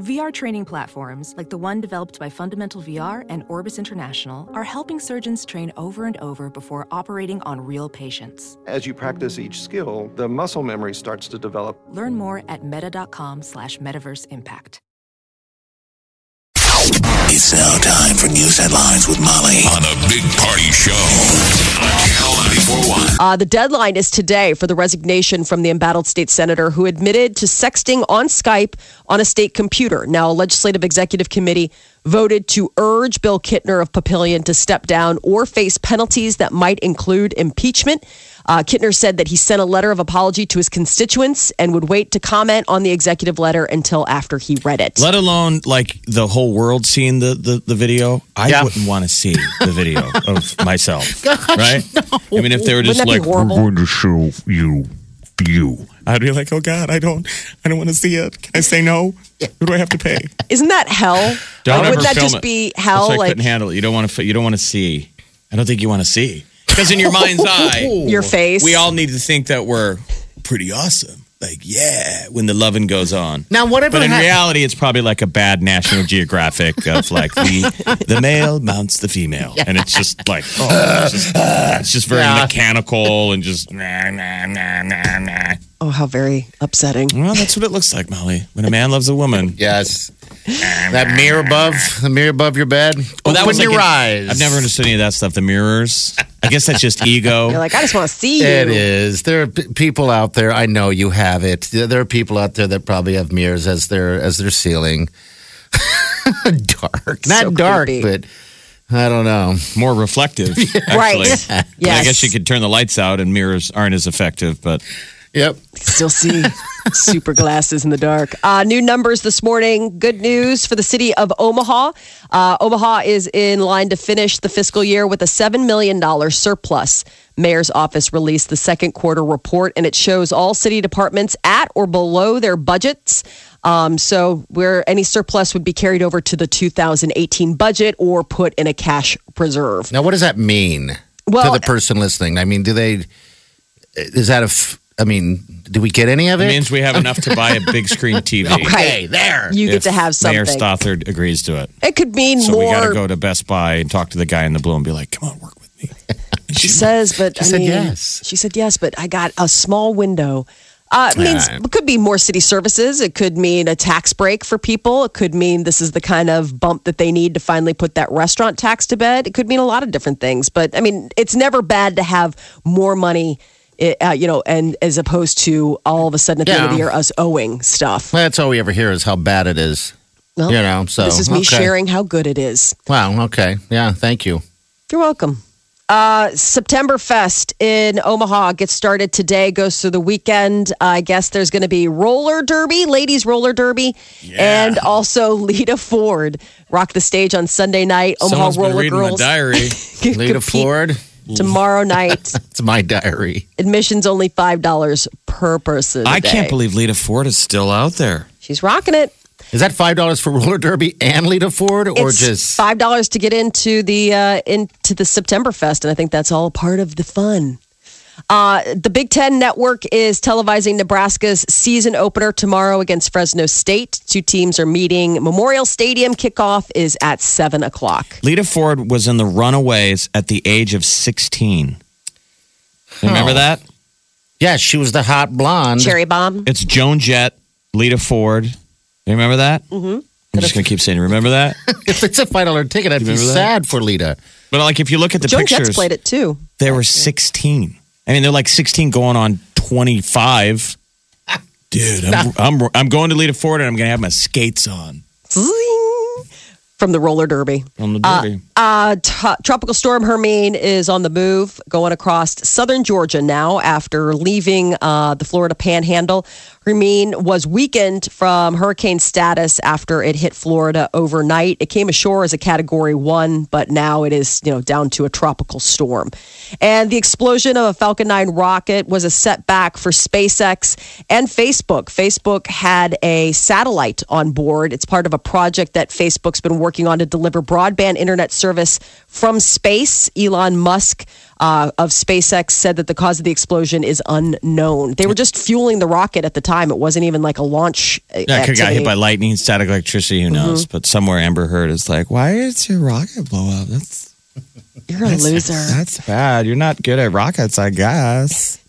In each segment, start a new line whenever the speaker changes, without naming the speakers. VR training platforms, like the one developed by Fundamental VR and Orbis International, are helping surgeons train over and over before operating on real patients.
As you practice each skill, the muscle memory starts to develop.
Learn more at meta.com slash metaverse impact.
It's now time for news headlines with Molly on the Big Party Show on Channel 941.
Uh, the deadline is today for the resignation from the embattled state senator who admitted to sexting on Skype on a state computer. Now, a legislative executive committee voted to urge Bill Kittner of Papillion to step down or face penalties that might include impeachment. Uh, Kittner said that he sent a letter of apology to his constituents and would wait to comment on the executive letter until after he read it.
Let alone like the whole world seeing the the, the video. I wouldn't want to see the video of myself. right? I mean, if they were just
Wouldn't that
like,
be horrible?
going to show you you.
I'd be like, oh God, I don't, I don't want to see it. Can I say no? Who do I have to pay?
Isn't that hell?
Don't
Like,
ever
wouldn't that
film
just
it.
be hell?
That's why I
like
couldn't handle it. You don't want to. You don't want to see. I don't think you want to see because in your mind's eye,
your face.
we all need to think that we're pretty awesome. Like yeah, when the loving goes on.
Now, whatever
But in
hap-
reality, it's probably like a bad National Geographic of like the the male mounts the female, and it's just like oh, it's just, it's just very mechanical and just nah nah nah nah nah.
oh, how very upsetting.
Well, that's what it looks like, Molly. When a man loves a woman.
Yes. That mirror above, the mirror above your bed. Open
was
your
like an-
eyes.
I've never understood any of that stuff. The mirrors. I guess that's just ego.
You're like, I just want to see you.
It is. There are p- people out there. I know you have it. There there are people out there that probably have mirrors as their as their ceiling. dark, not
So
dark,
creepy.
but I don't know.
more reflective. Actually.
Right.
I
Yes.
guess you could turn the lights out and mirrors aren't as effective, but
Yep.
Still see super glasses in the dark. Uh, new numbers this morning. Good news for the city of Omaha. Uh, Omaha is in line to finish the fiscal year with a $7 million surplus. Mayor's office released the second quarter report, and it shows all city departments at or below their budgets. Um, so, where any surplus would be carried over to the 2018 budget or put in a cash reserve.
Now, what does that mean
Well-
to the person listening? I mean, do they? Is that a? F- I mean, do we get any of
it
it?
means we have enough to buy a big screen TV.
okay, there.
You get
If
to have
Mayor
something.
Stothard agrees to it.
It could mean
So we
more.
got to go to Best Buy and talk to the guy in the blue and be like, come on, work with me.
She says, but I
said
mean,
yes.
She said yes, but I got a small window. Uh, it means
right.
it could be more city services. It could mean a tax break for people. It could mean this is the kind of bump that they need to finally put that restaurant tax to bed. It could mean a lot of different things. But I mean, it's never bad to have more money, eh, uh, you know, and as opposed to all of a sudden at the end of the
Yeah.
year us owing stuff.
That's all we ever hear is how bad it is.
Well,
you know, so
this is me
okay.
sharing how good it is.
Wow. Okay. Yeah. Thank you.
You're welcome. Uh, September Fest in Omaha gets started today, goes through the weekend. I guess there's going to be roller derby, ladies roller derby, and also Lita Ford rock the stage on Sunday night. Omaha
Someone's been
Roller
reading
Girls
my diary.
can
Lita
compete
Ford.
tomorrow night.
It's my diary.
Admission's only five dollars per person.
I
today.
can't believe Lita Ford is still out there.
she's rocking it.
Is that five dollars for roller derby and Lita Ford, or
it's
just
five dollars to get into the uh, into the September Fest, and I think that's all part of the fun. Uh, the Big Ten Network is televising Nebraska's season opener tomorrow against Fresno State. Two teams are meeting. Memorial Stadium kickoff is at seven o'clock.
Lita Ford was in the Runaways at the age of 16. Remember that?
Yeah, she was the hot blonde.
Cherry bomb.
It's Joan Jett, Lita Ford. You remember that? Mm-hmm. I'm just going to keep saying, remember that?
If it's a five dollar ticket, I'd be
remember that?
sad for Lita.
But like, if you look at the
Joan
pictures,
Jett's played it too.
they were 16. I mean, they're like 16 going on 25. Dude, I'm, I'm, I'm going to Lita Ford and I'm going to have my skates on
Zing! From the roller derby.
on the derby.
Uh, t- Tropical Storm Hermine is on the move, going across southern Georgia now after leaving uh, the Florida panhandle. Hermine was weakened from hurricane status after it hit Florida overnight. It came ashore as a category one, but now it is, you know, down to a tropical storm. And the explosion of a Falcon 9 rocket was a setback for SpaceX and Facebook. Facebook had a satellite on board. It's part of a project that Facebook's been working on to deliver broadband internet service from space. Elon Musk uh, of SpaceX said that the cause of the explosion is unknown. They were just fueling the rocket at the time. It wasn't even like a launch. uh,
Yeah, it could got hit
activity.
by lightning, static electricity.
Mm-hmm.
Who knows? But somewhere Amber Heard is like, "Why did your rocket blow up? That's
You're a loser.
that's bad. You're not good at rockets, I guess."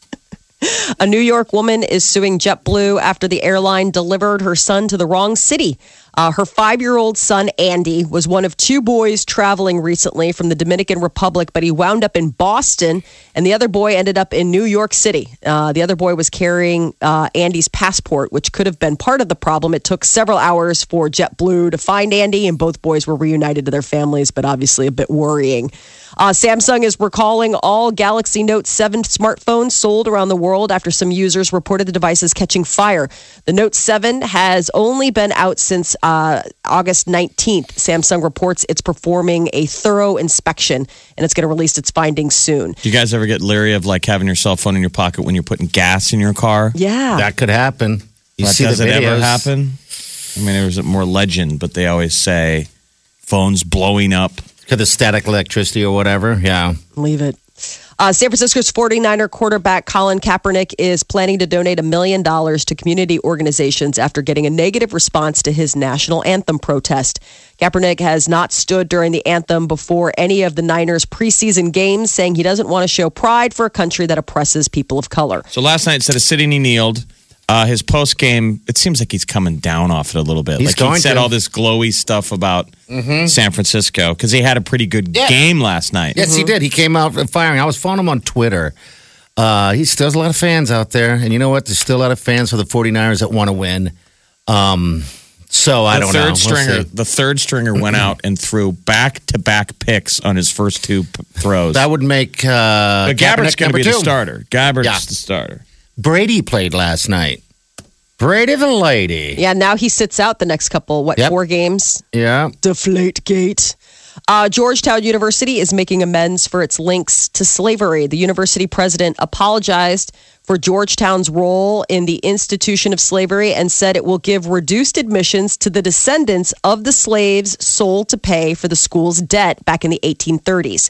A New York woman is suing JetBlue after the airline delivered her son to the wrong city. Uh, her five year old son, Andy, was one of two boys traveling recently from the Dominican Republic, but he wound up in Boston, and the other boy ended up in New York City. Uh, the other boy was carrying uh, Andy's passport, which could have been part of the problem. It took several hours for JetBlue to find Andy, and both boys were reunited to their families, but obviously a bit worrying. Uh, Samsung is recalling all Galaxy Note 7 smartphones sold around the world after some users reported the devices catching fire. The Note 7 has only been out since uh, August 19th. Samsung reports it's performing a thorough inspection and it's going to release its findings soon.
Do you guys ever get leery of like having your cell phone in your pocket when you're putting gas in your car?
Yeah.
That could happen. You
But
see
does
the
it ever
videos.
happen? I mean, there was more legend, but they always say phones blowing up.
Could the static electricity or whatever? Yeah.
Leave it. Uh, San Francisco's 49er quarterback Colin Kaepernick is planning to donate a million dollars to community organizations after getting a negative response to his national anthem protest. Kaepernick has not stood during the anthem before any of the Niners' preseason games, saying he doesn't want to show pride for a country that oppresses people of color.
So last night, instead of sitting, he kneeled. Uh, his post game, it seems like he's coming down off it a little bit.
He's
like he
going
said
to. Mm-hmm.
all this glowy stuff about San Francisco because he had a pretty good
Yeah.
game last night.
Yes, he did. He came out firing. I was following him on Twitter. Uh, he still has a lot of fans out there. And you know what? There's still a lot of fans for the 49ers that want to win. Um, so
the
I don't know.
third
We'll
stringer,
see.
the third stringer went out and threw back to back picks on his first two p- throws.
That would make uh,
but Gabbert's going
Kaepernick
to
number
be the
two.
starter. Gabbert's
Yeah.
the starter.
Brady played last night. Brady the lady.
Yeah, now he sits out the next couple, what,
Yep.
four games?
Yeah.
Deflate Gate. Uh, Georgetown University is making amends for its links to slavery. The university president apologized for Georgetown's role in the institution of slavery and said it will give reduced admissions to the descendants of the slaves sold to pay for the school's debt back in the 1830s.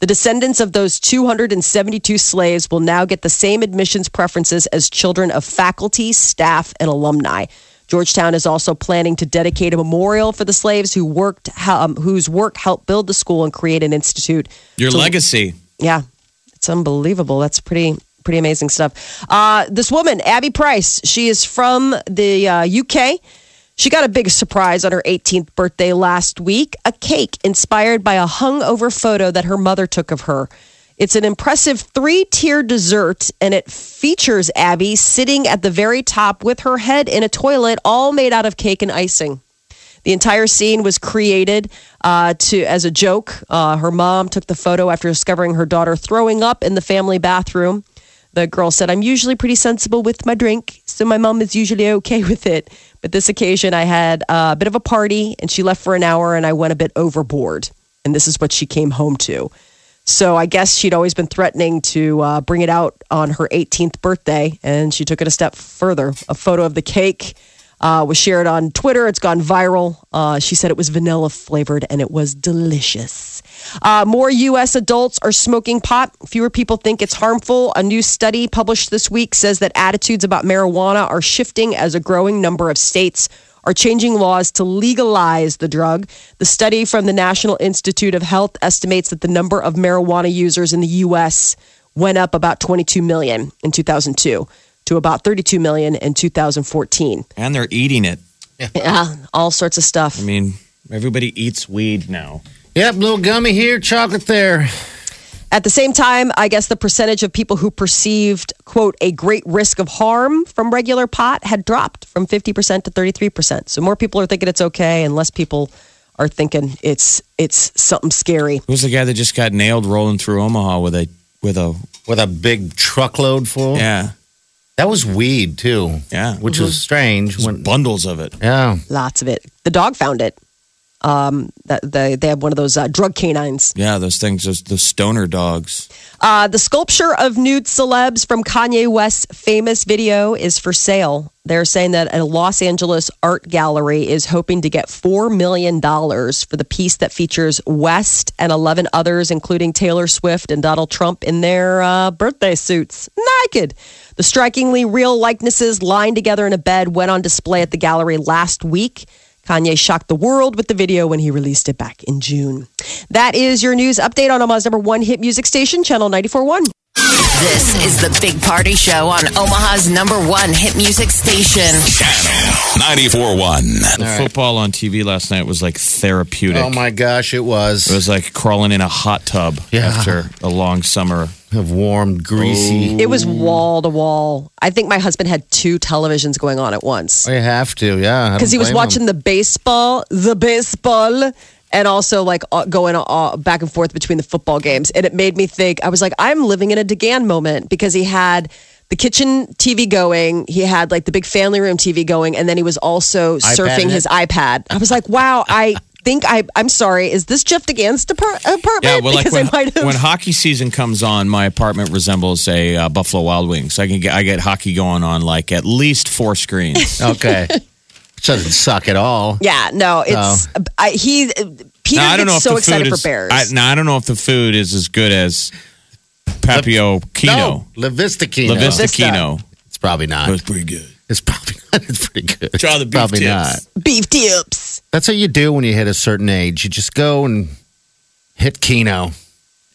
The descendants of those 272 slaves will now get the same admissions preferences as children of faculty, staff, and alumni. Georgetown is also planning to dedicate a memorial for the slaves who worked, um, whose work helped build the school and create an institute.
Your
So-
legacy.
yeah, it's unbelievable. That's pretty pretty amazing stuff. Uh, this woman, Abby Price, she is from the uh, UK. She got a big surprise on her 18th birthday last week a cake inspired by a hungover photo that her mother took of her. It's an impressive three tier dessert, and it features Abby sitting at the very top with her head in a toilet, all made out of cake and icing. The entire scene was created uh, to as a joke. Uh, her mom took the photo after discovering her daughter throwing up in the family bathroom. The girl said, "I'm usually pretty sensible with my drink, so my mom is usually okay with it. But this occasion, I had uh, a bit of a party, and she left for an hour, and I went a bit overboard. And this is what she came home to." So I guess she'd always been threatening to uh, bring it out on her 18th birthday, and she took it a step further. A photo of the cake uh, was shared on Twitter. It's gone viral. Uh, she said it was vanilla flavored and it was delicious. Uh, more U.S. adults are smoking pot. Fewer people think it's harmful. A new study published this week says that attitudes about marijuana are shifting as a growing number of states are changing laws to legalize the drug. The study from the National Institute of Health estimates that the number of marijuana users in the U.S. went up about 22 million in 2002 to about 32 million in 2014.
And they're eating it.
Yeah, Uh, all sorts of stuff.
I mean, everybody eats weed now.
Yep, little gummy here, chocolate there.
At the same time, I guess the percentage of people who perceived, quote, a great risk of harm from regular pot had dropped from 50% to 33%. So more people are thinking it's okay and less people are thinking it's it's something scary.
Who's the guy that just got nailed rolling through Omaha with a with a
With a big truckload full.
yeah
That was weed too.
Yeah.
Which was strange. When,
bundles of it?
yeah.
Lots of it. The dog found it. Um, that they they have one of those uh, drug canines.
Yeah, those things, those, those stoner dogs.
Uh, the sculpture of nude celebs from Kanye West's famous video is for sale. They're saying that a Los Angeles art gallery is hoping to get $4 million for the piece that features West and 11 others, including Taylor Swift and Donald Trump, in their uh, birthday suits, naked. The strikingly real likenesses lined together in a bed went on display at the gallery last week. Kanye shocked the world with the video when he released it back in June. That is your news update on Omaha's number one hit music station, Channel 94.1.
This is the Big Party Show on Omaha's number one hit music station.
Channel one.
The football on TV last night was like therapeutic.
Oh my gosh, it
It
was.
was like crawling in a hot tub
Yeah.
after a long summer.
Of warm, greasy.
It was wall to wall. I think my husband had two televisions going on at once
Oh.
I have to, yeah. I
because he
don't
was
blame 'em.
watching the baseball, the baseball, and also like uh, going uh, back and forth between the football games. And it made me think, I was like, I'm living in a DeGan moment because he had. The kitchen TV going, he had like the big family room TV going, and then he was also surfing
in
his
it?
iPad. I was like, wow, I think I, I'm sorry, is this Jeff DeGan's depart- apartment?
Yeah, well, like
because
when,
I might have.
when hockey season comes on, my apartment resembles a uh, Buffalo Wild Wings. I can get I get hockey going on like at least four screens.
Okay. Which doesn't suck at all.
Yeah, no, it's I, he. Peter
now I don't know
gets
if
so
the food
excited
is,
for bears.
I, now I don't know if the food is as good as Papio Kino,
No, La Vista Kino.
La Vista
Vista.
Kino.
It's probably
It
not.
was pretty good.
It's probably not. It's pretty good. It's
Try the beef
probably
tips.
not.
Beef tips.
That's what you do when you hit a certain age. You just go and hit Kino.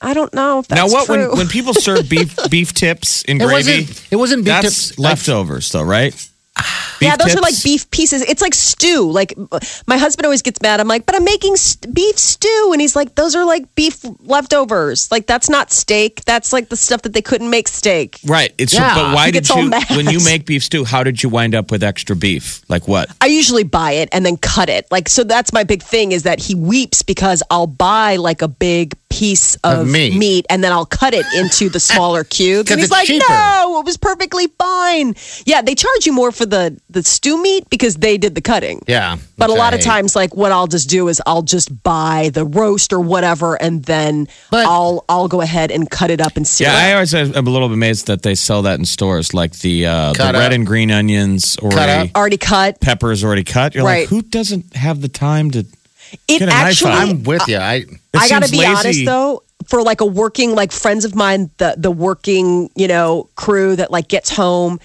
I don't know if
now,
that's
what
true.
when when people serve beef beef tips in
It
gravy?
wasn't. It wasn't beef
that's
tips. Like,
leftovers, though, right?
yeah,
Beef
those are
tips?
like beef pieces. It's like stew. Like my husband always gets mad. I'm like, but I'm making st- beef stew, and he's like, those are like beef leftovers. Like that's not steak. That's like the stuff that they couldn't make steak.
Right. It's
Yeah.
but why
He
did
gets all
you
mad.
when you make beef stew? How did you wind up with extra beef? Like what?
I usually buy it and then cut it. Like so, that's my big thing is that he weeps because I'll buy like a big piece of,
Of meat.
and then I'll cut it into the smaller cubes.
'Cause
And he's
it's
like,
cheaper.
"No, it was perfectly fine." Yeah, they charge you more for the the stew meat because they did the cutting.
yeah.
But a
which
lot
I
of
hate.
times, like what I'll just do is I'll just buy the roast or whatever, and then
But-
I'll I'll go ahead and cut it up and see.
Yeah, I always am a little amazed that they sell that in stores, like the uh, the
Cut
red
up.
and green onions or
Cut
a
up.
already cut.
pepper is already cut. You're
Right.
like, who doesn't have the time to?
It
Get a knife
actually
out.
I'm with you. I
It
I gotta
seems
be
lazy.
honest though, for like a working like friends of mine, the the working you know crew that like gets home.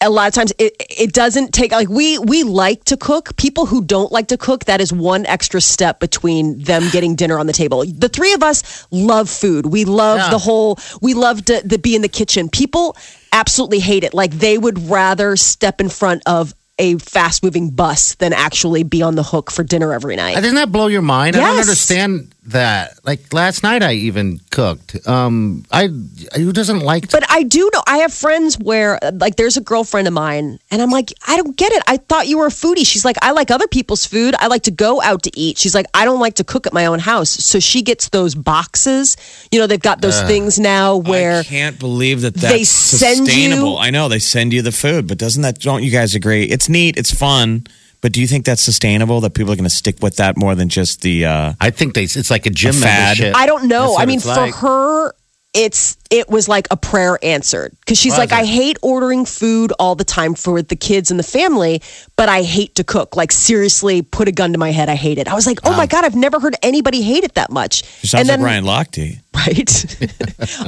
A lot of times it it doesn't take like we we like to cook. People who don't like to cook, that is one extra step between them getting dinner on the table. The three of us love food. We love
Yeah.
the whole. We love to, to be in the kitchen. People absolutely hate it. Like they would rather step in front of a fast moving bus than actually be on the hook for dinner every night.
doesn't that blow your mind? I don't
Yes.
understand that. Like last night, I even cooked. Um, I who doesn't like to
But I do know I have friends where like there's a girlfriend of mine and I'm like, I don't get it. I thought you were a foodie. She's like, I like other people's food. I like to go out to eat. She's like, I don't like to cook at my own house. So she gets those boxes. You know, they've got those things now
I
where
can't believe that that's
They send
sustainable.
you-
I know they send you the food, but doesn't that? Don't you guys agree? It's neat. It's fun. But do you think that's sustainable? That people are going to stick with that more than just the? Uh,
I think they. It's like a gym
A fad.
membership.
I don't know.
That's what
I mean,
it's
for
like.
her, it's it was like a prayer answered because she's like, I hate ordering food all the time for the kids and the family, but I hate to cook. Like seriously, put a gun to my head. I hate it. I was like, oh my god, I've never heard anybody hate it that much.
it sounds like Ryan Lochte.
right?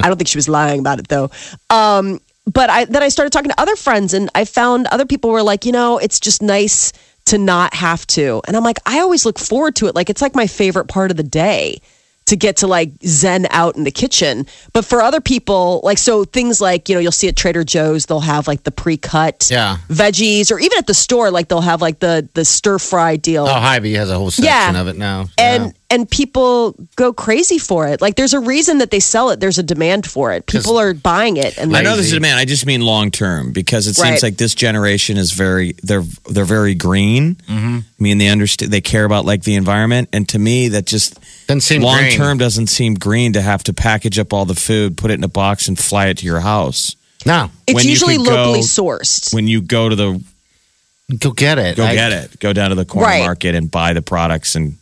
I don't think she was lying about it though. Um, but I then I started talking to other friends, and I found other people were like, you know, it's just nice to not have to. And I'm like, I always look forward to it. Like it's like my favorite part of the day to get to like zen out in the kitchen. But for other people, like so things like you know you'll see at Trader Joe's they'll have like the pre-cut
Yeah.
veggies, or even at the store like they'll have like the the stir fry deal.
Oh, Hy-Vee has a whole section
Yeah.
of it now.
and and people go crazy for it. Like there's a reason that they sell it. There's a demand for it. People are buying it, and
I
like,
know this is a man. I just mean long term because it
Right.
seems like this generation is very they're they're very green. Mm-hmm. I mean they understand they care about like the environment, and to me that just
Doesn't seem
long
green.
term doesn't seem green to have to package up all the food, put it in a box, and fly it to your house.
no,
it's
when you
usually
could go-
locally sourced.
When you go to the
go get it.
go
I-
get it, go down to the corner
Right.
market and buy the products and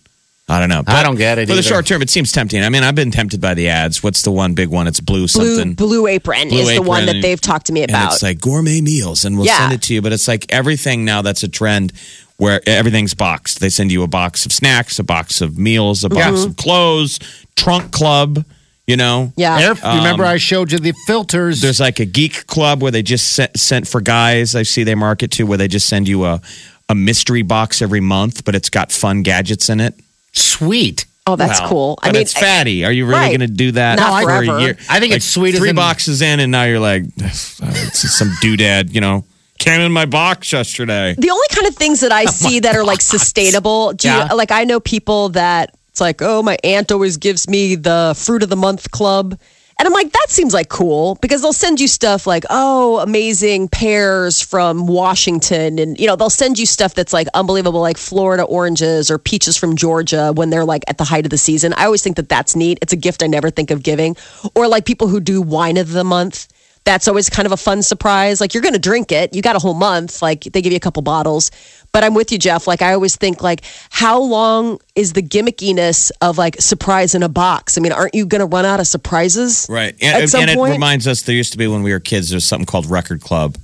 I don't know.
don't get it
For the
either.
short term, it seems tempting. I mean, I've been tempted by the ads. What's the one big one? It's blue
Blue
something.
Blue Apron
Blue
is the one
Apron.
that they've talked to me
and
about.
it's like gourmet meals, and we'll
Yeah.
send it to you. But it's like everything now that's a trend where everything's boxed. They send you a box of snacks, a box of meals, a box
Mm-hmm.
of clothes, trunk club. You know,
yeah.
Air, remember, I showed you the filters.
there's like a geek club where they just sent, sent for guys. I see they market to where they just send you a a mystery box every month, but it's got fun gadgets in it.
sweet.
oh, that's
Wow.
cool.
But it's fatty. Are you really
right.
going to do that
Not
for
forever.
a year?
I think it's sweet as
Three
in-
boxes in, and now you're like, uh, it's some doodad, you know, came in my box yesterday.
the only kind of things that I see that are like sustainable. Do
Yeah.
you, like I know people that it's like, oh, my aunt always gives me the fruit of the month club. And I'm like, that seems like cool because they'll send you stuff like, oh, amazing pears from Washington. And, you know, they'll send you stuff that's like unbelievable, like Florida oranges or peaches from Georgia when they're like at the height of the season. I always think that that's neat. It's a gift I never think of giving. Or like people who do wine of the month that's always kind of a fun surprise. Like you're going to drink it. You got a whole month. Like they give you a couple bottles. But I'm with you, Jeff. Like I always think, like how long is the gimmickiness of like surprise in a box? I mean, aren't you going to run out of surprises?
Right.
at
And,
some
and it
point?
reminds us there used to be when we were kids, there's something called Record Club.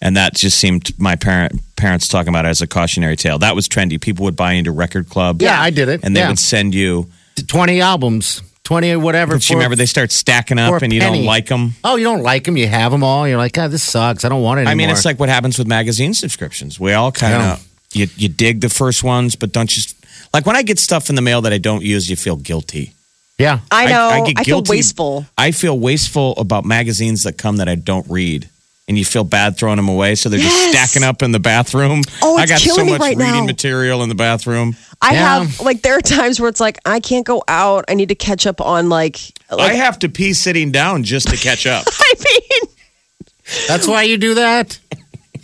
And that just seemed my parent parents talking about it as a cautionary tale. That was trendy. People would buy into Record Club.
Yeah, I did it.
And they
Yeah.
would send you.
20 albums, 20 or whatever.
But you
for-
remember they start stacking
for
up,
a
and you don't
penny.
like them.
Oh, you don't like them. You have them all. You're like, God, this sucks. I don't want it anymore.
I mean, it's like what happens with magazine subscriptions. We all kind
Yeah.
of you you dig the first ones, but don't just like when I get stuff in the mail that I don't use, you feel guilty.
yeah.
I know. I, feel wasteful.
I feel wasteful about magazines that come that I don't read. And you feel bad throwing them away, so they're
Yes.
just stacking up in the bathroom.
Oh,
I
it's
got so
killing me
much
right
reading
now.
material in the bathroom.
I
Yeah.
have like there are times where it's like I can't go out. I need to catch up on like.
I
like
have to pee sitting down just to catch up.
I mean,
That's why you do that.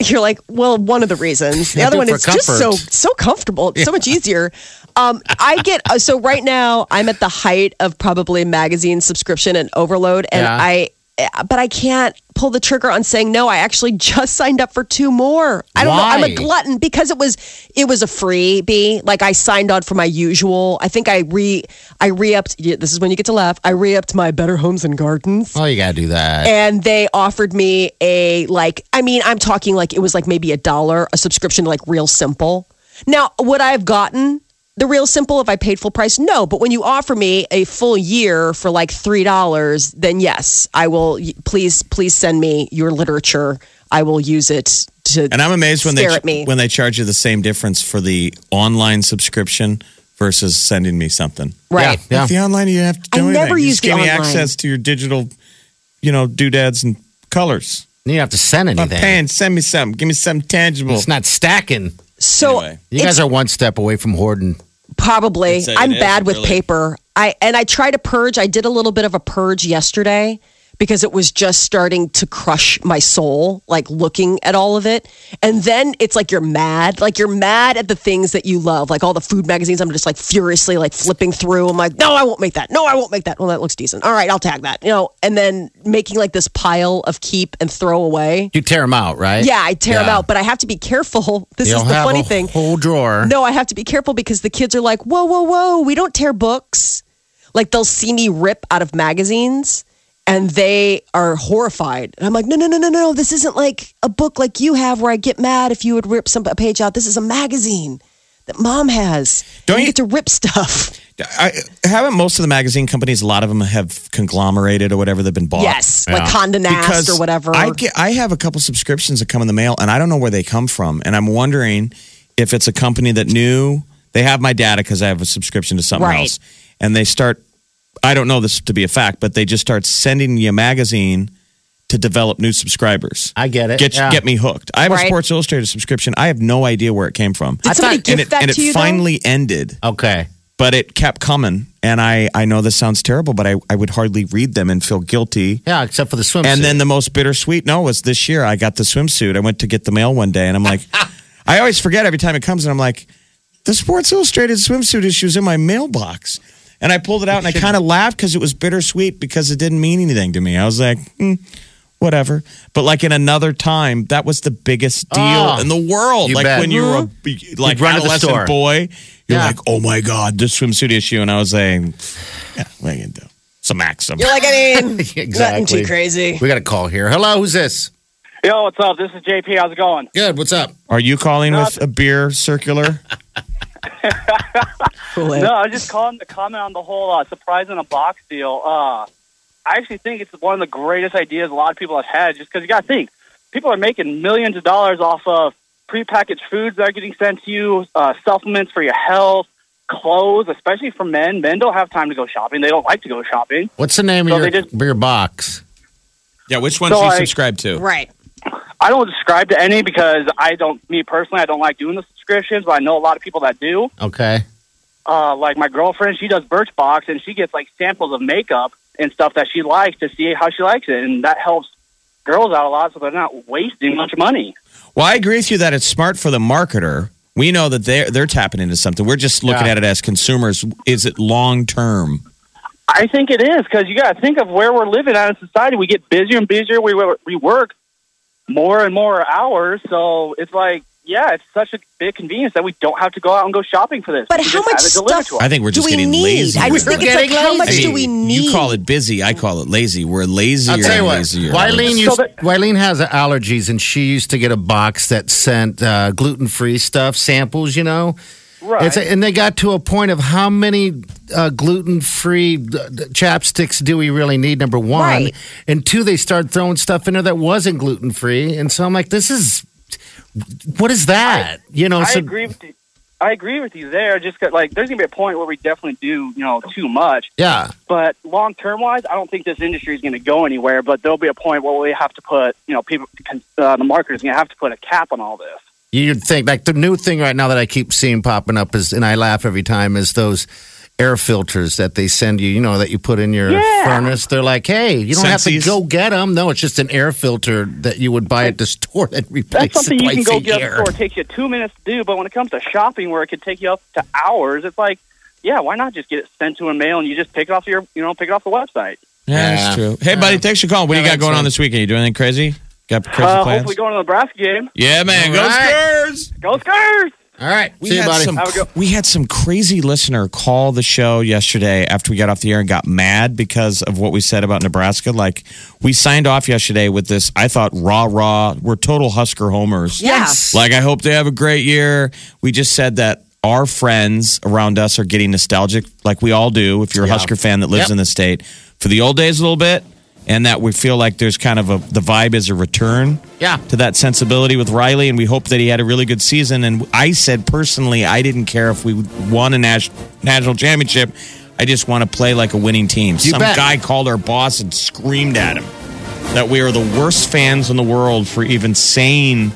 you're like, well, one of the reasons. The
I
other
do
one
it for
is just so
comfort.
so comfortable. It's so much easier. Um, I get uh, so right now I'm at the height of probably magazine subscription and overload, and
Yeah.
I uh, but I can't pull the trigger on saying no. I actually just signed up for two more. I don't know. I'm a
Why?
glutton because it was it was a freebie. Like I signed on for my usual. I think I re I re upped. This is when you get to laugh. I re upped my Better Homes and Gardens
Oh, you got to do that.
and they offered me a like i mean i'm talking like it was like maybe a dollar a subscription to like real simple now would i have gotten the real simple if i paid full price no but when you offer me a full year for like three dollars then yes i will please please send me your literature i will use it to
And I'm amazed when
stare
they
at me
when they charge you the same difference for the online subscription versus sending me something.
right
Yeah.
With the online, you have to
I
do anything.
never
you
use
just
the
give me
online.
access to your digital, you know, doodads and colors.
You don't have to send
I'm
anything.
paying. Send me something. Give me something tangible.
It's not stacking.
so
Anyway.
You guys are one step away from hoarding.
probably
It's- it
i'm
is,
bad with
really.
paper i and i try to purge i did a little bit of a purge yesterday because it was just starting to crush my soul like looking at all of it and then it's like you're mad like you're mad at the things that you love like all the food magazines i'm just like furiously like flipping through i'm like no i won't make that no i won't make that well that looks decent all right i'll tag that you know and then making like this pile of keep and throw away
You tear them out, right?
yeah i tear them
Yeah.
out but i have to be careful this
You
is
don't
the
have
funny
a
thing
Whole drawer.
no, I have to be careful because the kids are like, whoa, whoa, whoa, we don't tear books. Like they'll see me rip out of magazines and they are horrified. And I'm like, no, no, no, no, no, this isn't like a book like you have where I get mad if you would rip some a page out. This is a magazine that mom has.
Don't
you
you-
get to rip stuff?
I, haven't most of the magazine companies? A lot of them have conglomerated or whatever. They've been bought.
Yes, like Condé Nast
because
or whatever.
I get, I have a couple subscriptions that come in the mail, and I don't know where they come from. And I'm wondering if it's a company that knew they have my data because I have a subscription to something
Right.
else, and they start. I don't know this to be a fact, but they just start sending you a magazine to develop new subscribers.
I get it.
Get
Yeah.
get me hooked. I have
Right.
a Sports Illustrated subscription. I have no idea where it came from.
Did somebody
and
gift
it,
that
and it
to you? though?
finally ended
Okay.
but it kept coming. And I, I know this sounds terrible, but I, I would hardly read them and feel guilty.
Yeah, except for the swimsuit.
And then the most bittersweet no was this year I got the swimsuit. I went to get the mail one day and I'm like, I always forget every time it comes and I'm like, the Sports Illustrated swimsuit issue is in my mailbox. And I pulled it out and I kind of laughed because it was bittersweet because it didn't mean anything to me. I was like, hmm, whatever. But like in another time, that was the biggest deal
Oh,
in the world.
you
like
bet.
when you were a b- like
You'd run to the
adolescent
store.
boy, you're
Yeah.
like, oh my god, this swimsuit issue, and I was saying, yeah, what are you gonna do? It's a maxim.
You're like, I mean, nothing
exactly.
too crazy.
We got a call here. Hello, who's this?
Yo, what's up? This is JP. How's it going?
Good. What's up?
Are you calling with a beer circular?
Cool.
No, I was just calling to comment on the whole uh, surprise in a box deal. Uh, I actually think it's one of the greatest ideas a lot of people have had just because you got to think. People are making millions of dollars off of prepackaged foods that are getting sent to you, uh, supplements for your health, clothes, especially for men. Men don't have time to go shopping. They don't like to go shopping.
What's the name
So
of your,
they just-
your box?
yeah, which ones
So
do you
I-
subscribe to?
Right.
I don't subscribe to any because I don't, me personally, I don't like doing the subscriptions, but I know a lot of people that do.
Okay.
uh, like my girlfriend, she does Birchbox, and she gets like samples of makeup and stuff that she likes to see how she likes it, and that helps girls out a lot, so they're not wasting much money.
Well, I agree with you that it's smart for the marketer. We know that they're they're tapping into something. We're just looking
Yeah.
at it as consumers. Is it long term?
I think it is because you got to think of where we're living at in society. We get busier and busier. We we work more and more hours, so it's like. Yeah, it's such a big convenience that we don't have to go out and go shopping for this.
But
We
how
just
much
have it delivered
stuff-
to us.
I think we're
Do
just
we
getting
need?
lazy.
I was thinking, it's like, how much
I
do
mean,
we need?
You call it busy. I call it lazy. We're lazier.
I'll tell you
and
what.
lazier.
Wileen,
So
used,
that-
Wileen has allergies, and she used to get a box that sent uh, gluten-free stuff samples. You know,
Right.
It's and they got to a point of how many uh, gluten-free uh, chapsticks do we really need? Number one,
Right.
and two, they started throwing stuff in there that wasn't gluten-free, and so I'm like, this is what is that? you know,
I
so
agree with you. I agree with you there. Just 'cause, like there's gonna be a point where we definitely do you know too much.
yeah,
But long term wise, I don't think this industry is going to go anywhere. But there'll be a point where we have to put, you know, people, uh, the marketers going to have to put a cap on all this.
you'd think like the new thing right now that I keep seeing popping up is, and I laugh every time is those. Air filters that they send you, you know, that you put in your
Yeah.
furnace. They're like, hey, you don't have
Sensies.
to go get them. No, it's just an air filter that you would buy at the store and replace
That's something
it
you
twice
can go
a
get
year.
at the store. It takes you two minutes to do. But when it comes to shopping, where it could take you up to hours, it's like, yeah, why not just get it sent to a mail and you just pick it off your, you know, pick it off the website.
Yeah, that's
Yeah.
true. Hey, buddy, thanks for calling. What do you
Yeah,
got going
that's
on this weekend? You doing anything crazy? Got crazy
Uh,
plans?
hopefully, going to the Nebraska game.
yeah, man.
All
Go
right.
Spurs!
Go Scars!
All right.
We
See you,
had
buddy.
some
Have a go-
we had some crazy listener call the show yesterday after we got off the air and got mad because of what we said about Nebraska. Like we signed off yesterday with this. I thought rah rah. We're total Husker homers.
Yes.
Like I hope they have a great year. We just said that our friends around us are getting nostalgic, like we all do. If you're a Husker fan that lives
Yep.
in the state, for the old days a little bit, and that we feel like there's kind of a the vibe is a return
Yeah.
to that sensibility with Riley, and we hope that he had a really good season. And I said personally, I didn't care if we won a nas- national championship. I just want to play like a winning team.
You
Some
bet.
guy called our boss and screamed at him that we are the worst fans in the world for even saying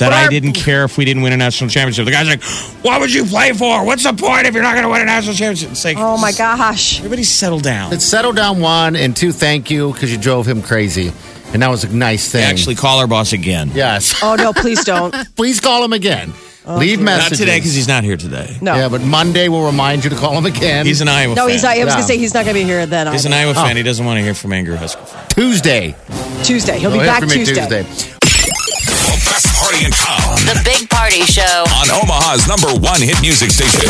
that I didn't care if we didn't win a national championship. The guy's like, "What would you play for? What's the point if you're not going to win a national championship?" It's like,
Oh my gosh.
everybody settle down.
Let's settle down one and two. Thank you because you drove him crazy, and that was a nice
They
thing.
Actually, call our boss again.
yes.
Oh no, please don't.
Please call him again.
Oh,
Leave
Not
messages.
today because he's not here today.
No.
Yeah, but Monday we'll remind you to call him again.
He's an Iowa.
no,
fan.
he's not. I was
Yeah.
gonna say he's not gonna be here then.
He's an
either.
Iowa fan. He doesn't want to hear from angry Husker fans.
Tuesday.
Tuesday. He'll be
He'll hear
back
from me
Tuesday.
The best party in town
The Big Party Show,
on Omaha's number one hit music station.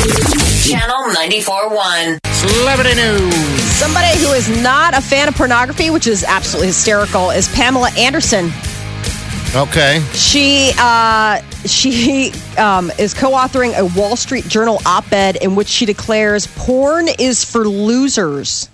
Channel 94.1.
Celebrity news.
Somebody who is not a fan of pornography, which is absolutely hysterical, is Pamela Anderson.
Okay.
She uh, she um, is co-authoring a Wall Street Journal op-ed in which she declares porn is for losers.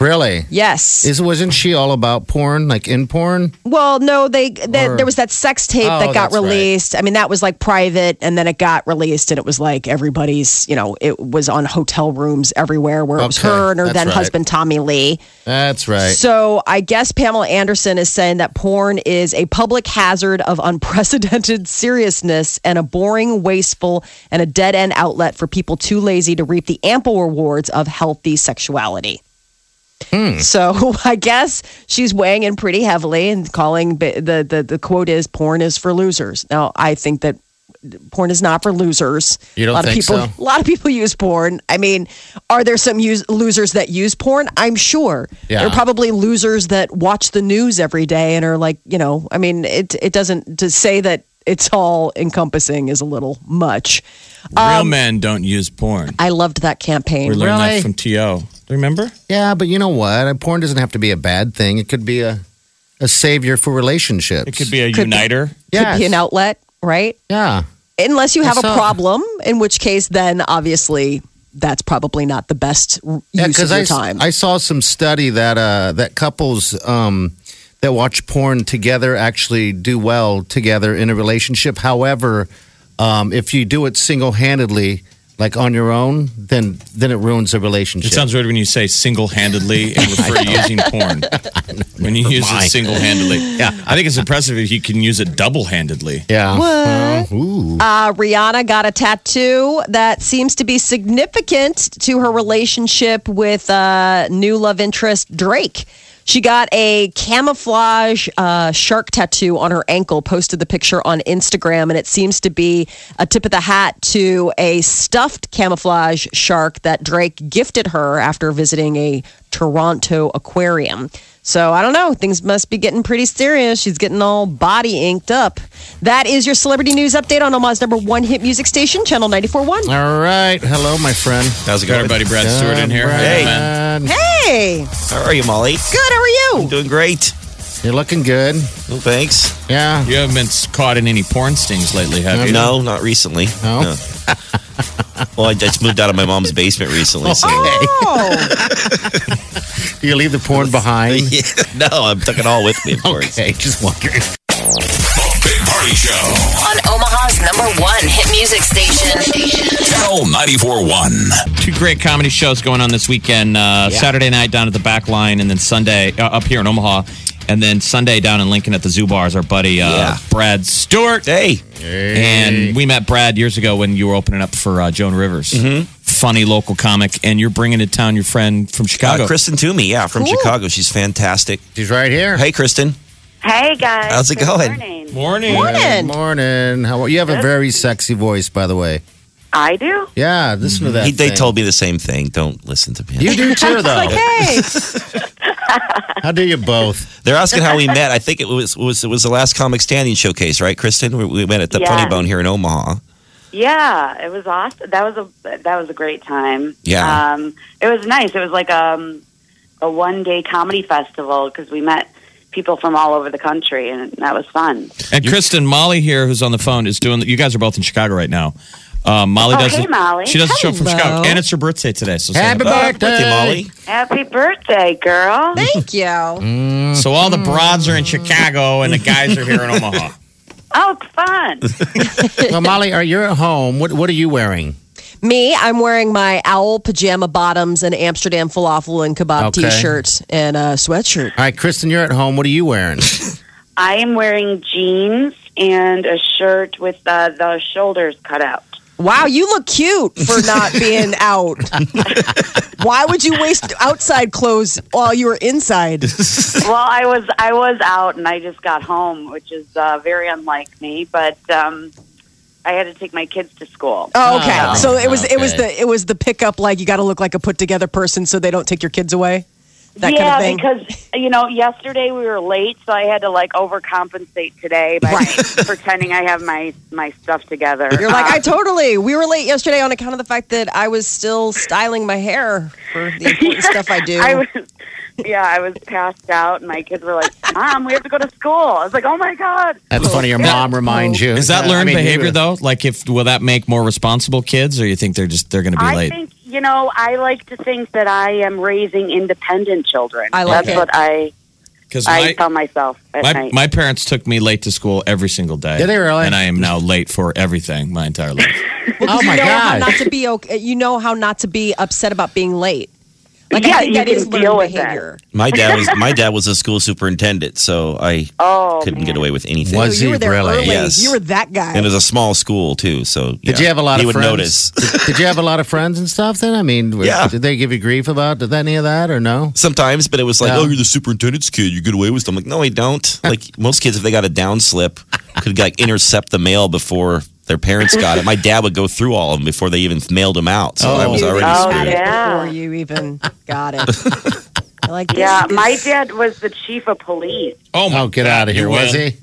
Really?
Yes.
Is wasn't she all about porn, like in porn?
well, no, they, they
Or-
there was that sex tape
Oh,
that got
that's right.
released. I mean, that was like private, and then it got released, and it was like everybody's. You know, it was on hotel rooms everywhere where it was
Okay,
her and her
that's
then
right.
husband Tommy Lee.
That's right.
So I guess Pamela Anderson is saying that porn is a public hazard of unprecedented seriousness and a boring, wasteful, and a dead end outlet for people too lazy to reap the ample rewards of healthy sexuality.
Hmm.
So I guess she's weighing in pretty heavily and calling ba- the, the the quote is porn is for losers. Now I think that porn is not for losers.
You don't
a lot
think
of people,
so?
A lot of people use porn. I mean, are there some use, losers that use porn? I'm sure.
Yeah.
There are probably losers that watch the news every day and are like, you know, I mean, it it doesn't to say that it's all encompassing is a little much. Um,
Real men don't use porn.
I loved that campaign.
We learned
Really?
that from T.O. Remember?
Yeah, but you know what? Uh, Porn doesn't have to be a bad thing. It could be a a savior for relationships.
It could be a
Could be.
uniter.
Could be an outlet, right?
yeah.
unless you have
I
a
saw-
problem, in which case, then obviously that's probably not the best use of your
I, s-
time.
I saw some study that uh, that couples um, that watch porn together actually do well together in a relationship. However, um, if you do it single handedly, like on your own, then then it ruins the relationship.
It sounds weird when you say single-handedly and refer to using porn. When you use
mind.
it single-handedly, yeah, I think it's impressive if you can use it double-handedly.
yeah. What? ooh.
uh, Rihanna got a tattoo that seems to be significant to her relationship with uh, new love interest Drake. She got a camouflage uh, shark tattoo on her ankle, posted the picture on Instagram, and it seems to be a tip of the hat to a stuffed camouflage shark that Drake gifted her after visiting a Toronto aquarium. So I don't know. Things must be getting pretty serious. She's getting all body inked up. That is your celebrity news update on Omaha's number one hit music station, Channel 94.1.
All right. Hello, my friend.
How's it going, everybody? Brad Stewart in here. Hey, man.
Brad.
Hey,
How are you, Molly?
good. How are you?
Doing great.
You're looking good.
Well, thanks.
Yeah.
You haven't been caught in any porn stings lately, have you?
No, Oh, not recently.
No?
well, I just moved out of my mom's basement recently. So.
Oh,
You leave the porn behind.
Yeah, no, I'm took it all with me, of
Oh,
course.
Okay, just wondering.
Big Party Show.
On Omaha's number one hit music station.
Channel 94.1.
Two great comedy shows going on this weekend. Uh, Saturday night down at the back line, and then Sunday uh, up here in Omaha, and then Sunday down in Lincoln at the Zoo Bars. Our buddy uh,
Yeah.
Brad Stewart.
Hey,
And we met Brad years ago when you were opening up for uh, Joan Rivers.
Mm-hmm.
Funny local comic, and you're bringing to town your friend from Chicago.
uh, Kristen Toomey, yeah, from Chicago. She's fantastic.
She's right here.
Hey, Kristen.
Hey guys,
How's it
Good
going?
morning.
Morning.
Good
morning.
morning. How are you? Have a very sexy voice, by the way.
I do.
Yeah, listen
Mm-hmm.
to that.
He, they
thing.
told me the same thing. Don't listen to him.
you do too, though.
hey.
How do you both?
They're asking how we met. I think it was was it was the last Comic Standing showcase, right, Kristen? We, we met at the
Yeah.
Funny Bone here in Omaha.
Yeah, it was awesome. That was a that was a great time.
Yeah.
um, it was nice. It was like um, a one day comedy festival because we met people from all over the country, and that was fun.
And Kristen, Molly here, who's on the phone, is doing. You guys are both in Chicago right now. Uh, Molly
Oh,
does.
hey,
the-
Molly.
She does a show from
Hello.
Chicago, and it's her birthday today. So,
Happy
so-
Uh,
birthday,
birthday, Molly.
Happy birthday, girl!
Thank you.
so all the broads are in
Mm.
Chicago, and the guys are here in Omaha.
Oh, fun!
Well, Molly, are you at home? What What are you wearing?
Me, I'm wearing my owl pajama bottoms and Amsterdam falafel and kebab
Okay.
t-shirt and a sweatshirt.
All right, Kristen, you're at home. What are you wearing?
I am wearing jeans and a shirt with uh, the shoulders cut out.
Wow, you look cute for not being out. Why would you waste outside clothes while you were inside?
Well, I was I was out and I just got home, which is uh, very unlike me. But um, I had to take my kids to school. Uh,
Oh, okay. so it was it was
okay.
the it was the pickup like you got to look like a put together person so they don't take your kids away. That kind
yeah,
of thing.
because you know, yesterday we were late, so I had to like overcompensate today by pretending I have my my stuff together.
You're like,
Uh,
I totally. We were late yesterday on account of the fact that I was still styling my hair for the important stuff I do.
I was, yeah, I was passed out, and my kids were like, "Mom, we have to go to school." I was like, "Oh my god!"
That's funny. Your mom reminds you.
Is that
Yeah, I
learned
mean, you-
behavior though? Like, if will that make more responsible kids, or you think they're just they're going to be
I
late?
think you know, I like to think that I am raising independent children.
I like it.
That's what I
Because
I tell myself at
My,
night.
my parents took me late to school every single day.
Did they really?
And I am now late for everything my entire life.
Oh
you
my
know how
god.
not to be okay. You know how not to be upset about being late. Like
Yeah,
I think
you
that is
can
learned
deal with that.
behavior.
My dad was my dad was a school superintendent, so I
oh,
couldn't
man.
get away with anything.
Was
you
he
were there
really?
early.
Yes.
You were that guy.
And it was a small school too, so
Did
yeah,
you have a lot
He
of
would
friends?
notice.
Did, did you have a lot of friends and stuff? Then I mean, w-
Yeah.
Did they give you grief about did any of that or no?
Sometimes, but it was like,
Yeah.
oh, you're the superintendent's kid. You get away with it. I'm like, no, I don't. Like most kids, if they got a down slip, could like intercept the mail before Their parents got it. My dad would go through all of them before they even mailed them out. So I
Oh.
was
You
already
got
Oh,
screwed.
it
yeah.
Before you even got it. I like this
Yeah,
is-
my dad was the chief of police.
Oh,
my get out of here,
You
was
win.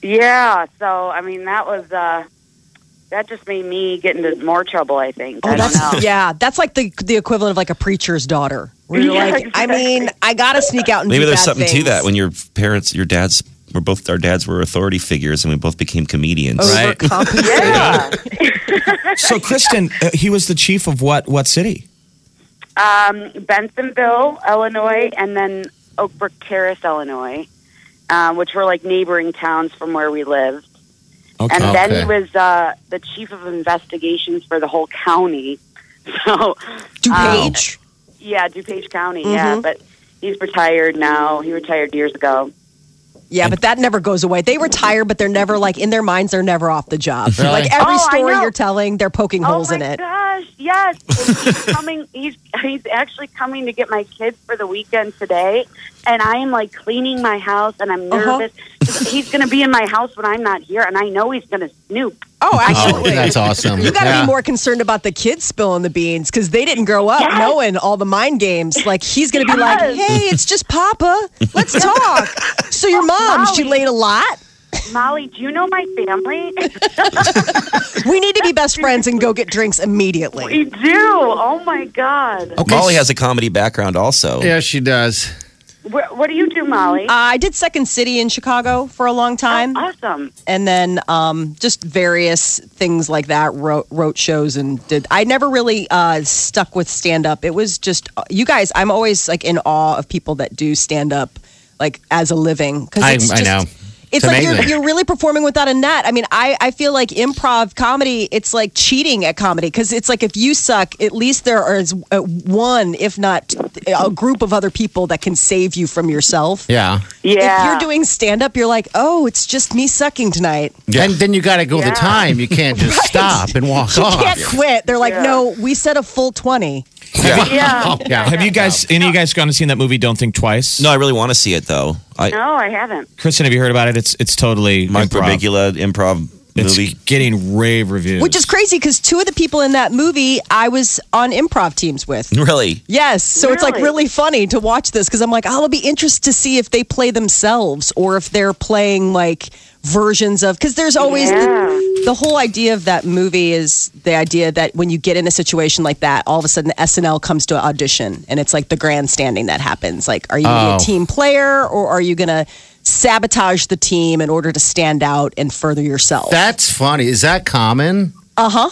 he?
Yeah, so I mean that was uh that just made me get into more trouble, I think. I
Oh,
don't know.
that's yeah. That's like the the equivalent of like a preacher's daughter. Where you're
Yeah,
like, I mean, I gotta sneak out and
Maybe
do
there's
bad
something to
things.
that uh, when your parents, your dads were both, our dads were authority figures and we both became comedians.
Oh.
Right.
Yeah.
So, Kristen, uh, he was the chief of what what city?
Um, Bensonville, Illinois, and then Oak Brook Terrace, Illinois, um, which were like neighboring towns from where we lived.
Okay.
And then
Okay.
he was uh, the chief of investigations for the whole county. So,
DuPage.
yeah, DuPage County, yeah. But he's retired now. He retired years ago.
Yeah, but that never goes away. They retire, but they're never like in their minds. They're never off the job.
Really?
Like every
Oh, I
story
know.
you're telling, they're poking holes
oh
in
my
it.
gosh! Yes, And he's coming. He's he's actually coming to get my kids for the weekend today, and I am like cleaning my house, and I'm
Uh-huh.
nervous. 'cause He's going to be in my house when I'm not here, and I know he's going to snoop.
Oh,
Oh,
absolutely.
that's awesome.
You got to
Yeah.
be more concerned about the kids spilling the beans because they didn't grow up
Yes.
knowing all the mind games. Like he's going to be like,
Yes.
"Hey, it's just Papa. Let's talk." So your mom, she
Molly.
laid a lot.
Molly, do you know my family?
We need to be best friends and go get drinks immediately.
we do. Oh my god!
Okay.
Molly has a comedy background also.
Yeah, she does.
Where, what do you do, Molly?
I did Second City in Chicago for a long
Oh,
time,
awesome.
and then um, just various things like that. Wrote, wrote shows and did. I never really uh, stuck with stand up. It was just you guys. I'm always like in awe of people that do stand up like as a living because
I-
it's
I
just-
know.
It's,
It's
like you're,
amazing.
you're really performing without a net. I mean, I, I feel like improv comedy, it's like cheating at comedy because it's like if you suck, at least there is uh, one, if not a group of other people that can save you from yourself.
Yeah.
Yeah.
If you're doing stand up, you're like, oh, it's just me sucking tonight.
And then you got to go the
Yeah.
time. You can't just stop and walk
You
off.
can't quit. They're like,
Yeah.
no, we said a full 20.
yeah.
Yeah.
Have you guys any of you guys gone and seen that movie? Don't think twice.
No, I really want to see it though. I,
No, I haven't.
Kristen, have you heard about it? It's it's totally
Mike
improv.
Birbiglia improv
It's
movie.
getting rave reviews.
Which is crazy because two of the people in that movie I was on improv teams with.
Really?
Yes. So it's like
Really?
really funny to watch this because I'm like, I'll be interested to see if they play themselves or if they're playing like versions of, because there's always
Yeah.
the, the whole idea of that movie is the idea that when you get in a situation like that, all of a sudden SNL comes to an audition and it's like the grandstanding that happens. Like, are you gonna be a
Oh.
team player or are you going to sabotage the team in order to stand out and further yourself?
That's funny. Is that common?
uh huh.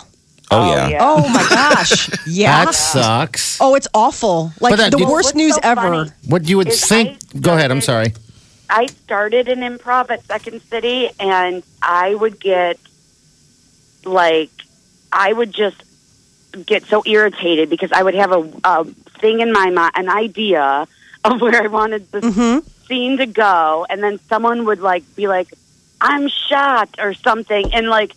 Oh, yeah.
Oh my gosh. Yeah.
That sucks.
Oh, it's awful. Like
But that-
the
Well,
worst
what's
news
so
ever.
funny
What you would
Is
think?
I-
Go ahead. I'm sorry.
I started in improv at Second City, and I would get like I would just get so irritated because I would have a, a thing in my mind, an idea of where I wanted the scene to go, and then someone would like be like, "I'm shot" or something, and like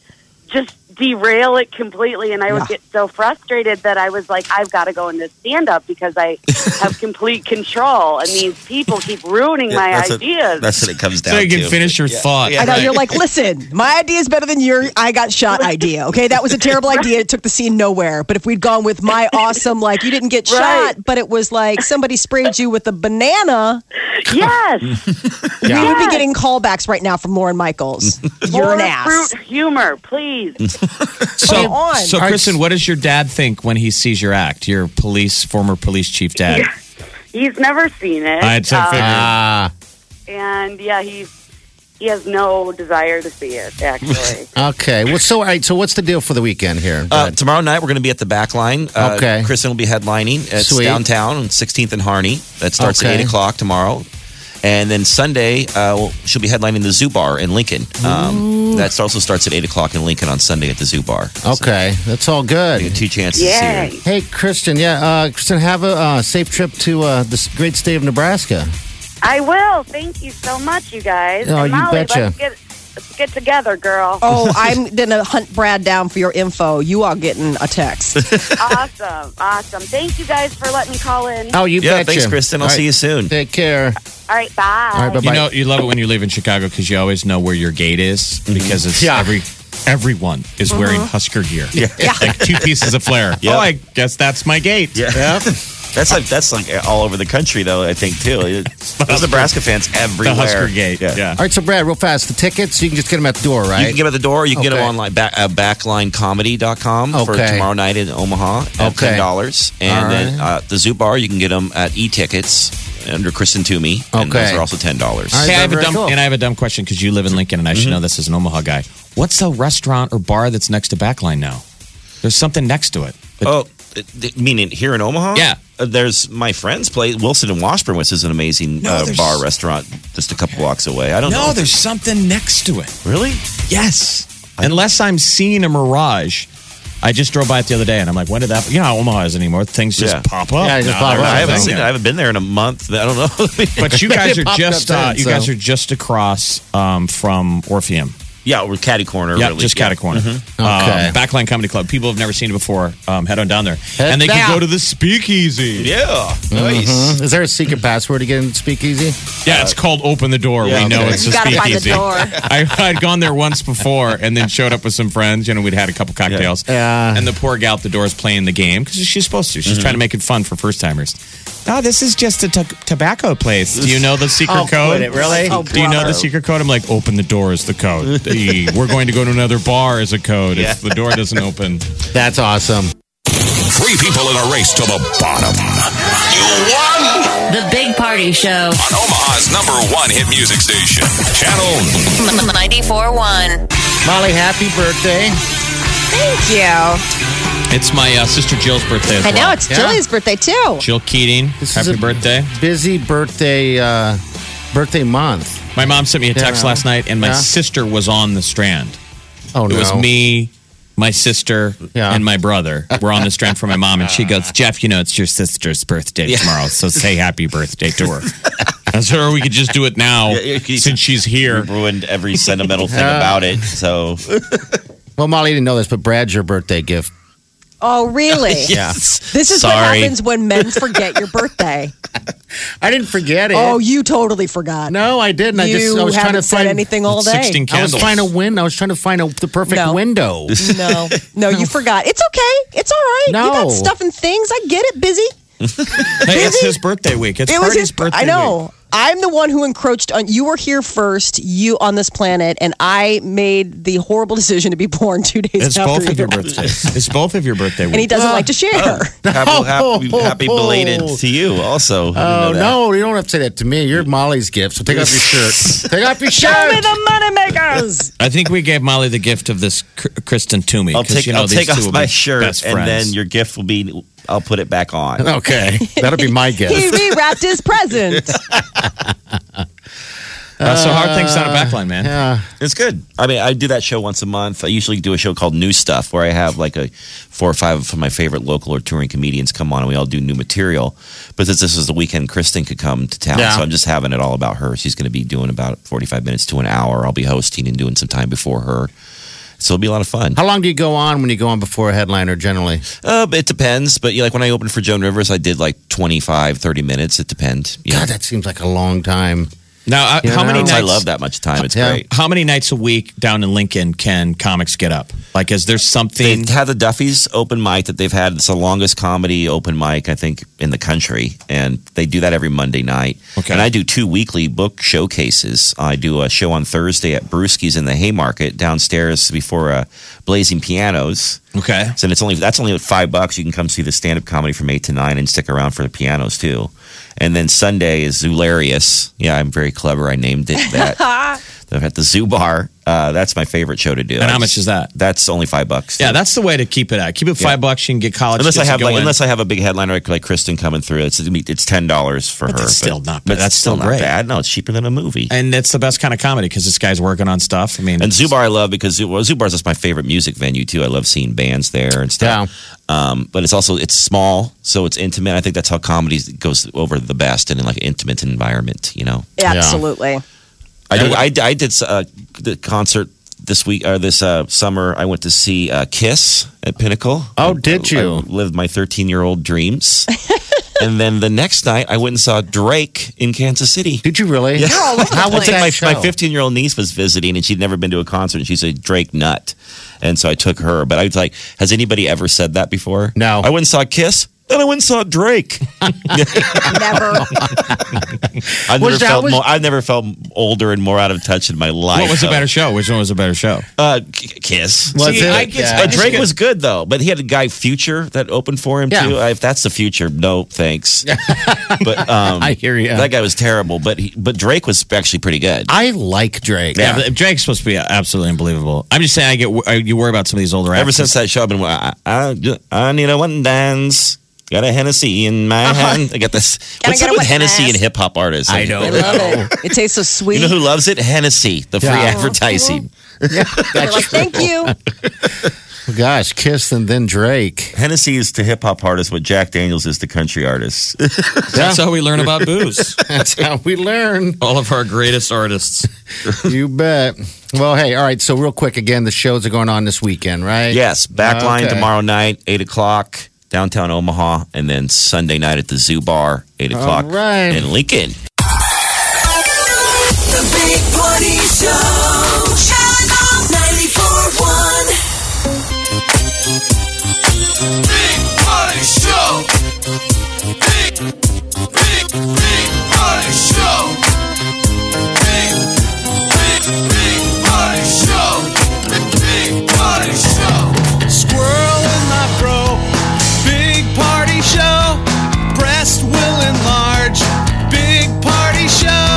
just derail it completely and i would get so frustrated that i was like i've got to go into stand up because i have complete control and these people keep ruining
Yeah,
my
that's what-
ideas
that's what it comes down
so you
to.
can finish your thought.
I know you're like, listen, my idea is better than your I got shot idea. Okay, that was a terrible idea. It took the scene nowhere. But if we'd gone with my awesome, like you didn't get
Right.
shot, but it was like somebody sprayed you with a banana,
yes
we would be
Yes.
getting callbacks right now from Lauren Michaels. You're an
More
ass.
fruit humor please
so,
Oh,
Come on.
so
Are-
Kristen, what does your dad think when he sees your act? Your police, former police chief dad.
he's never seen it
I had some
Um,
figure.
Ah.
and yeah he's he has no desire to see it actually
Ah, okay. Well, so all right. So what's the deal for the weekend here?
Uh, tomorrow night we're going to be at the back line. Uh,
Okay.
Kristen will be headlining. It's
Sweet.
downtown on 16th and Harney. That starts at
Okay.
8 o'clock tomorrow. And then Sunday, uh, well, she'll be headlining the Zoo Bar in Lincoln. Um, that also starts at 8 o'clock in Lincoln on Sunday at the Zoo Bar.
okay. That's all
You
good.
get two chances to see
yay
her.
Hey, Kristen. Yeah, uh, Kristen. Have a uh, safe trip to uh, this great state of Nebraska.
i will thank you so much you guys
Oh,
and
you
molly
betcha.
let's get let's get together girl
Oh, I'm gonna hunt Brad down for your info. You are getting a text.
awesome awesome thank you guys for letting me call in
Oh, you
Yeah,
betcha.
thanks, Kristen. I'll
All right.
see you soon.
Take care.
all right bye
All right. Bye bye.
Mm-hmm.
You know, you love it when you live in Chicago because you always know where your gate is because it's
Yeah.
every everyone is wearing Husker gear. Yeah. Like two pieces of flair.
Yep.
Oh, I guess that's my gate.
Yeah. That's like that's like all over the country though. I think too. Those Nebraska fans everywhere.
Husker
gate.
All right, so Brad, real fast, the tickets you can just get them at the door, right?
You can get them at the door.
Oh.
You can get
Okay.
them online back, uh, backlinecomedy.com for
Okay.
tomorrow night in Omaha at
Okay.
ten dollars, and
All
then uh, the Zoo Bar you can get them at e-tickets under Kristen Toomey, and
Okay.
those are also ten dollars.
Hey, I have a dumb, and I have a dumb question because you
Mm-hmm.
live in Lincoln, and I should know this as an Omaha guy. What's the restaurant or bar that's next to Backline now? There's something next to it.
Oh, th- th- meaning here in Omaha? Yeah. there's my friend's place, Wilson and Washburn, which is an amazing
No,
uh,
there's-
bar restaurant just a couple blocks away. I don't
no,
know.
there's something next to it.
Really?
Yes. Unless I'm seeing a mirage. I just drove by it the other day, and I'm like, when did that? You know how Omaha is anymore. Things just
Yeah.
pop up.
Yeah, they just pop up. I haven't seen it. I
haven't
been there in a month. I don't know.
but you guys
It
are
popped up
just uh,
then,
you guys
so.
are just across um, from Orpheum.
Yeah, we're Caddy Corner.
Yeah,
really.
just Catty Corner.
Mhm.
Um, Backline Comedy Club. People have never seen it before. Um, head on down there,
Head
and they
down.
can go to the Speakeasy.
Yeah,
Mhm. Is there a secret password to get in Speakeasy?
Yeah, it's called Open the Door.
yeah,
we know
okay.
it's
You
a
gotta
speakeasy.
find the door.
I, I'd gone there once before and then showed up with some friends. You know, we'd had a couple cocktails. And the poor gal at the door is playing the game because she's supposed to. She's
Mhm.
trying to make it fun for first timers. Oh, this is just a t- tobacco place. Do you know the secret
Oh,
code?
quit it, really? Oh,
Do you know
brother.
the secret code? I'm like, open the door is the code. The- we're going to go to another bar is a code
Yeah.
if the door doesn't open.
That's awesome.
Three people in a race to the bottom.
The Big Party Show.
On Omaha's number one hit music station, Channel
94.1.
Molly, happy birthday.
Thank you.
It's my uh, sister Jill's birthday. As
I know
well.
it's Jilly's birthday too.
Jill Keating.
is
happy
a
birthday.
Busy birthday, uh, birthday month.
My mom sent me a
You
text
know?
last night, and my
Yeah.
sister was on the strand.
Oh,
it was
no.
me, my sister, and my brother. We're on the strand for my mom, and she goes, "Jeff, you know it's your sister's birthday tomorrow, so say happy birthday to her." I said, "Or we could just do it now since she's here."
Ruined every sentimental thing about it. So
Uh, Well, Molly didn't know this, but Brad's your birthday gift.
Oh, really?
Yeah.
This is what
Sorry.
happens when men forget your birthday.
I didn't forget it.
Oh, you totally forgot.
No, I didn't. I just
You
I was trying to
haven't said
find
anything all day.
I was trying to win. I was trying to find a, the perfect window.
No, no, you forgot. It's okay. It's all right. You
No.
got stuff and things. I get it. Busy.
Hey, it's his birthday week. It's
it was
Party's
his
birthday.
I know.
week.
I'm the one who encroached on. You were here first. You on this planet, and I made the horrible decision to be born two days
It's
after
both of
you.
your birthdays. It's both of your birthday week.
And he doesn't like to share.
happy, happy, happy belated to you also.
Oh no, you don't have to say that to me. You're Molly's gift. So take off your shirt. take off your shirt.
Show me the moneymakers.
I think we gave Molly the gift of this Kr- Kristen Toomey.
I'll
'cause,
take,
you know,
I'll
these
take
two
off
will be
my shirt,
best
and then
friends.
your gift will be. I'll put it back on.
Okay, that'll be my
he rewrapped his present.
Uh, so hard things on a backline, man.
Yeah,
it's good. I mean, I do that show once a month. I usually do a show called New Stuff, where I have like a four or five of my favorite local or touring comedians come on, and we all do new material. But since this is the weekend, Kristen could come to town,
Yeah.
so I'm just having it all about her. She's going to be doing about 45 minutes to an hour. I'll be hosting and doing some time before her, so it'll be a lot of fun.
How long do you go on when you go on before a headliner generally?
Uh, but it depends. But you know, like when I opened for Joan Rivers, I did like 25, 30 minutes. It depends. You know.
God, that seems like a long time.
Now, uh,
You
how many
know?
nights?
I love that much time. It's great.
How many nights a week down in Lincoln can comics get up? Like, is there something?
They had the Duffy's open mic that they've had. It's the longest comedy open mic I think in the country, and they do that every Monday night. Okay. And I do two weekly book showcases. I do a show on Thursday at Brewski's in the Haymarket downstairs before uh, Blazing Pianos.
Okay.
So it's only that's only five bucks. You can come see the stand up comedy from eight to nine and stick around for the pianos too. And then Sunday is Zularius. Yeah, I'm very clever. I named it that. They're at the Zoo Bar. Uh, that's my favorite show to do.
And how much is that?
That's only five bucks.
Yeah, that's the way to keep it out. Keep it
Yeah.
five bucks. You can get college.
unless I
kids to
have
go
like,
in.
unless I have a big headliner like, like Kristen coming through. It's it's ten dollars for her.
that's still not bad.
But
That's
that's still
still
not
great.
bad. No, it's cheaper than a movie.
and that's the best kind of comedy because this guy's working on stuff. I mean,
And Zubar I love because Zoo- well, Zubar's just my favorite music venue too. I love seeing bands there and stuff. Um, but it's also it's small, so it's intimate. I think that's how comedy goes over the best in like an intimate environment. You know,
Absolutely.
I did, I, did- I did uh, the concert this week or this uh, summer. I went to see uh, Kiss at Pinnacle. Oh,
did you?
lived my 13 year old dreams. and then the next night, I went and saw Drake in Kansas City.
Did you really?
Yeah.
You're all over the
I
place.
think my-
That
my
show.
15 year old niece was visiting, and she'd never been to a concert, and she's a Drake nut, and so I took her. But I was like, "Has anybody ever said that before?" No. I went and saw Kiss. Then I went and saw Drake.
Never.
I've
Was
never
that
felt
was-
more. I've never felt older and more out of touch in my life.
What was a
so-
better show? Which one was a better show?
Uh, K- Kiss.
Was See, it? I guess- I
But
just
Drake
get-
was good though. But he had a guy Future that opened for him
Yeah.
too. Uh, If that's the future, no thanks. but um, I hear you. That guy was terrible. But he, but Drake was actually pretty good.
I like Drake.
Yeah, but Drake's supposed to be absolutely unbelievable. I'm just saying, I get I- you worry about some of these older.
Ever
actors.
since that show, I've been I, I, I need a one dance. Got a Hennessy in my hand. I got this.
Gotta
What's
get
up
a
with
wet
Hennessy
ass.
and hip hop artists?
I
know.
I love it. It tastes so sweet.
You know who loves it? Hennessy, the free
Yeah.
advertising.
They're like, Thank you.
Gosh, Kiss and then Drake.
Hennessy is to hip hop artists what Jack Daniels is to country artists.
That's how we learn about booze.
That's how we learn.
All of our greatest artists.
you bet. Well, hey, all right. So, real quick, again, the shows are going on this weekend, right?
Yes, Backline
Okay.
tomorrow night, 8 o'clock, downtown Omaha, and then Sunday night at the Zoo Bar, 8
All
o'clock
right.
in Lincoln.
The Big Party Show. Channel 941. Big Party Show. Big, big, big party show. Big, big, big party show. Big party show. Squirrel in my bro. Big party show. Breast will enlarge. Big party show.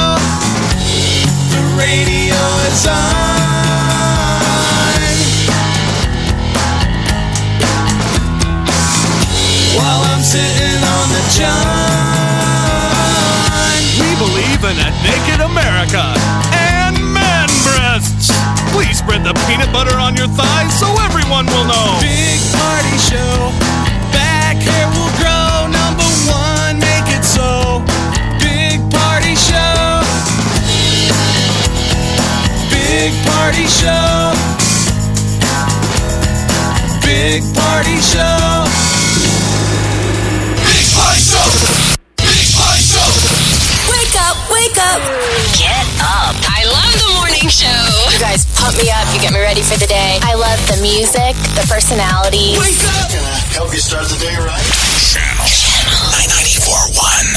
The radio is on. While I'm sitting on the john.
We believe in a naked America and man breasts. Please spread the peanut butter on your thighs so everyone will know.
Big party show. Back hair will grow. Number one, make it so. Big party show. Big party show. Big party show. Big party show. Big party show.
Wake up, wake up. Get up. I love the morning show. You guys pump me up. You get me ready for the day. I love the music, the personalities.
Help you start the day right. Channel 941.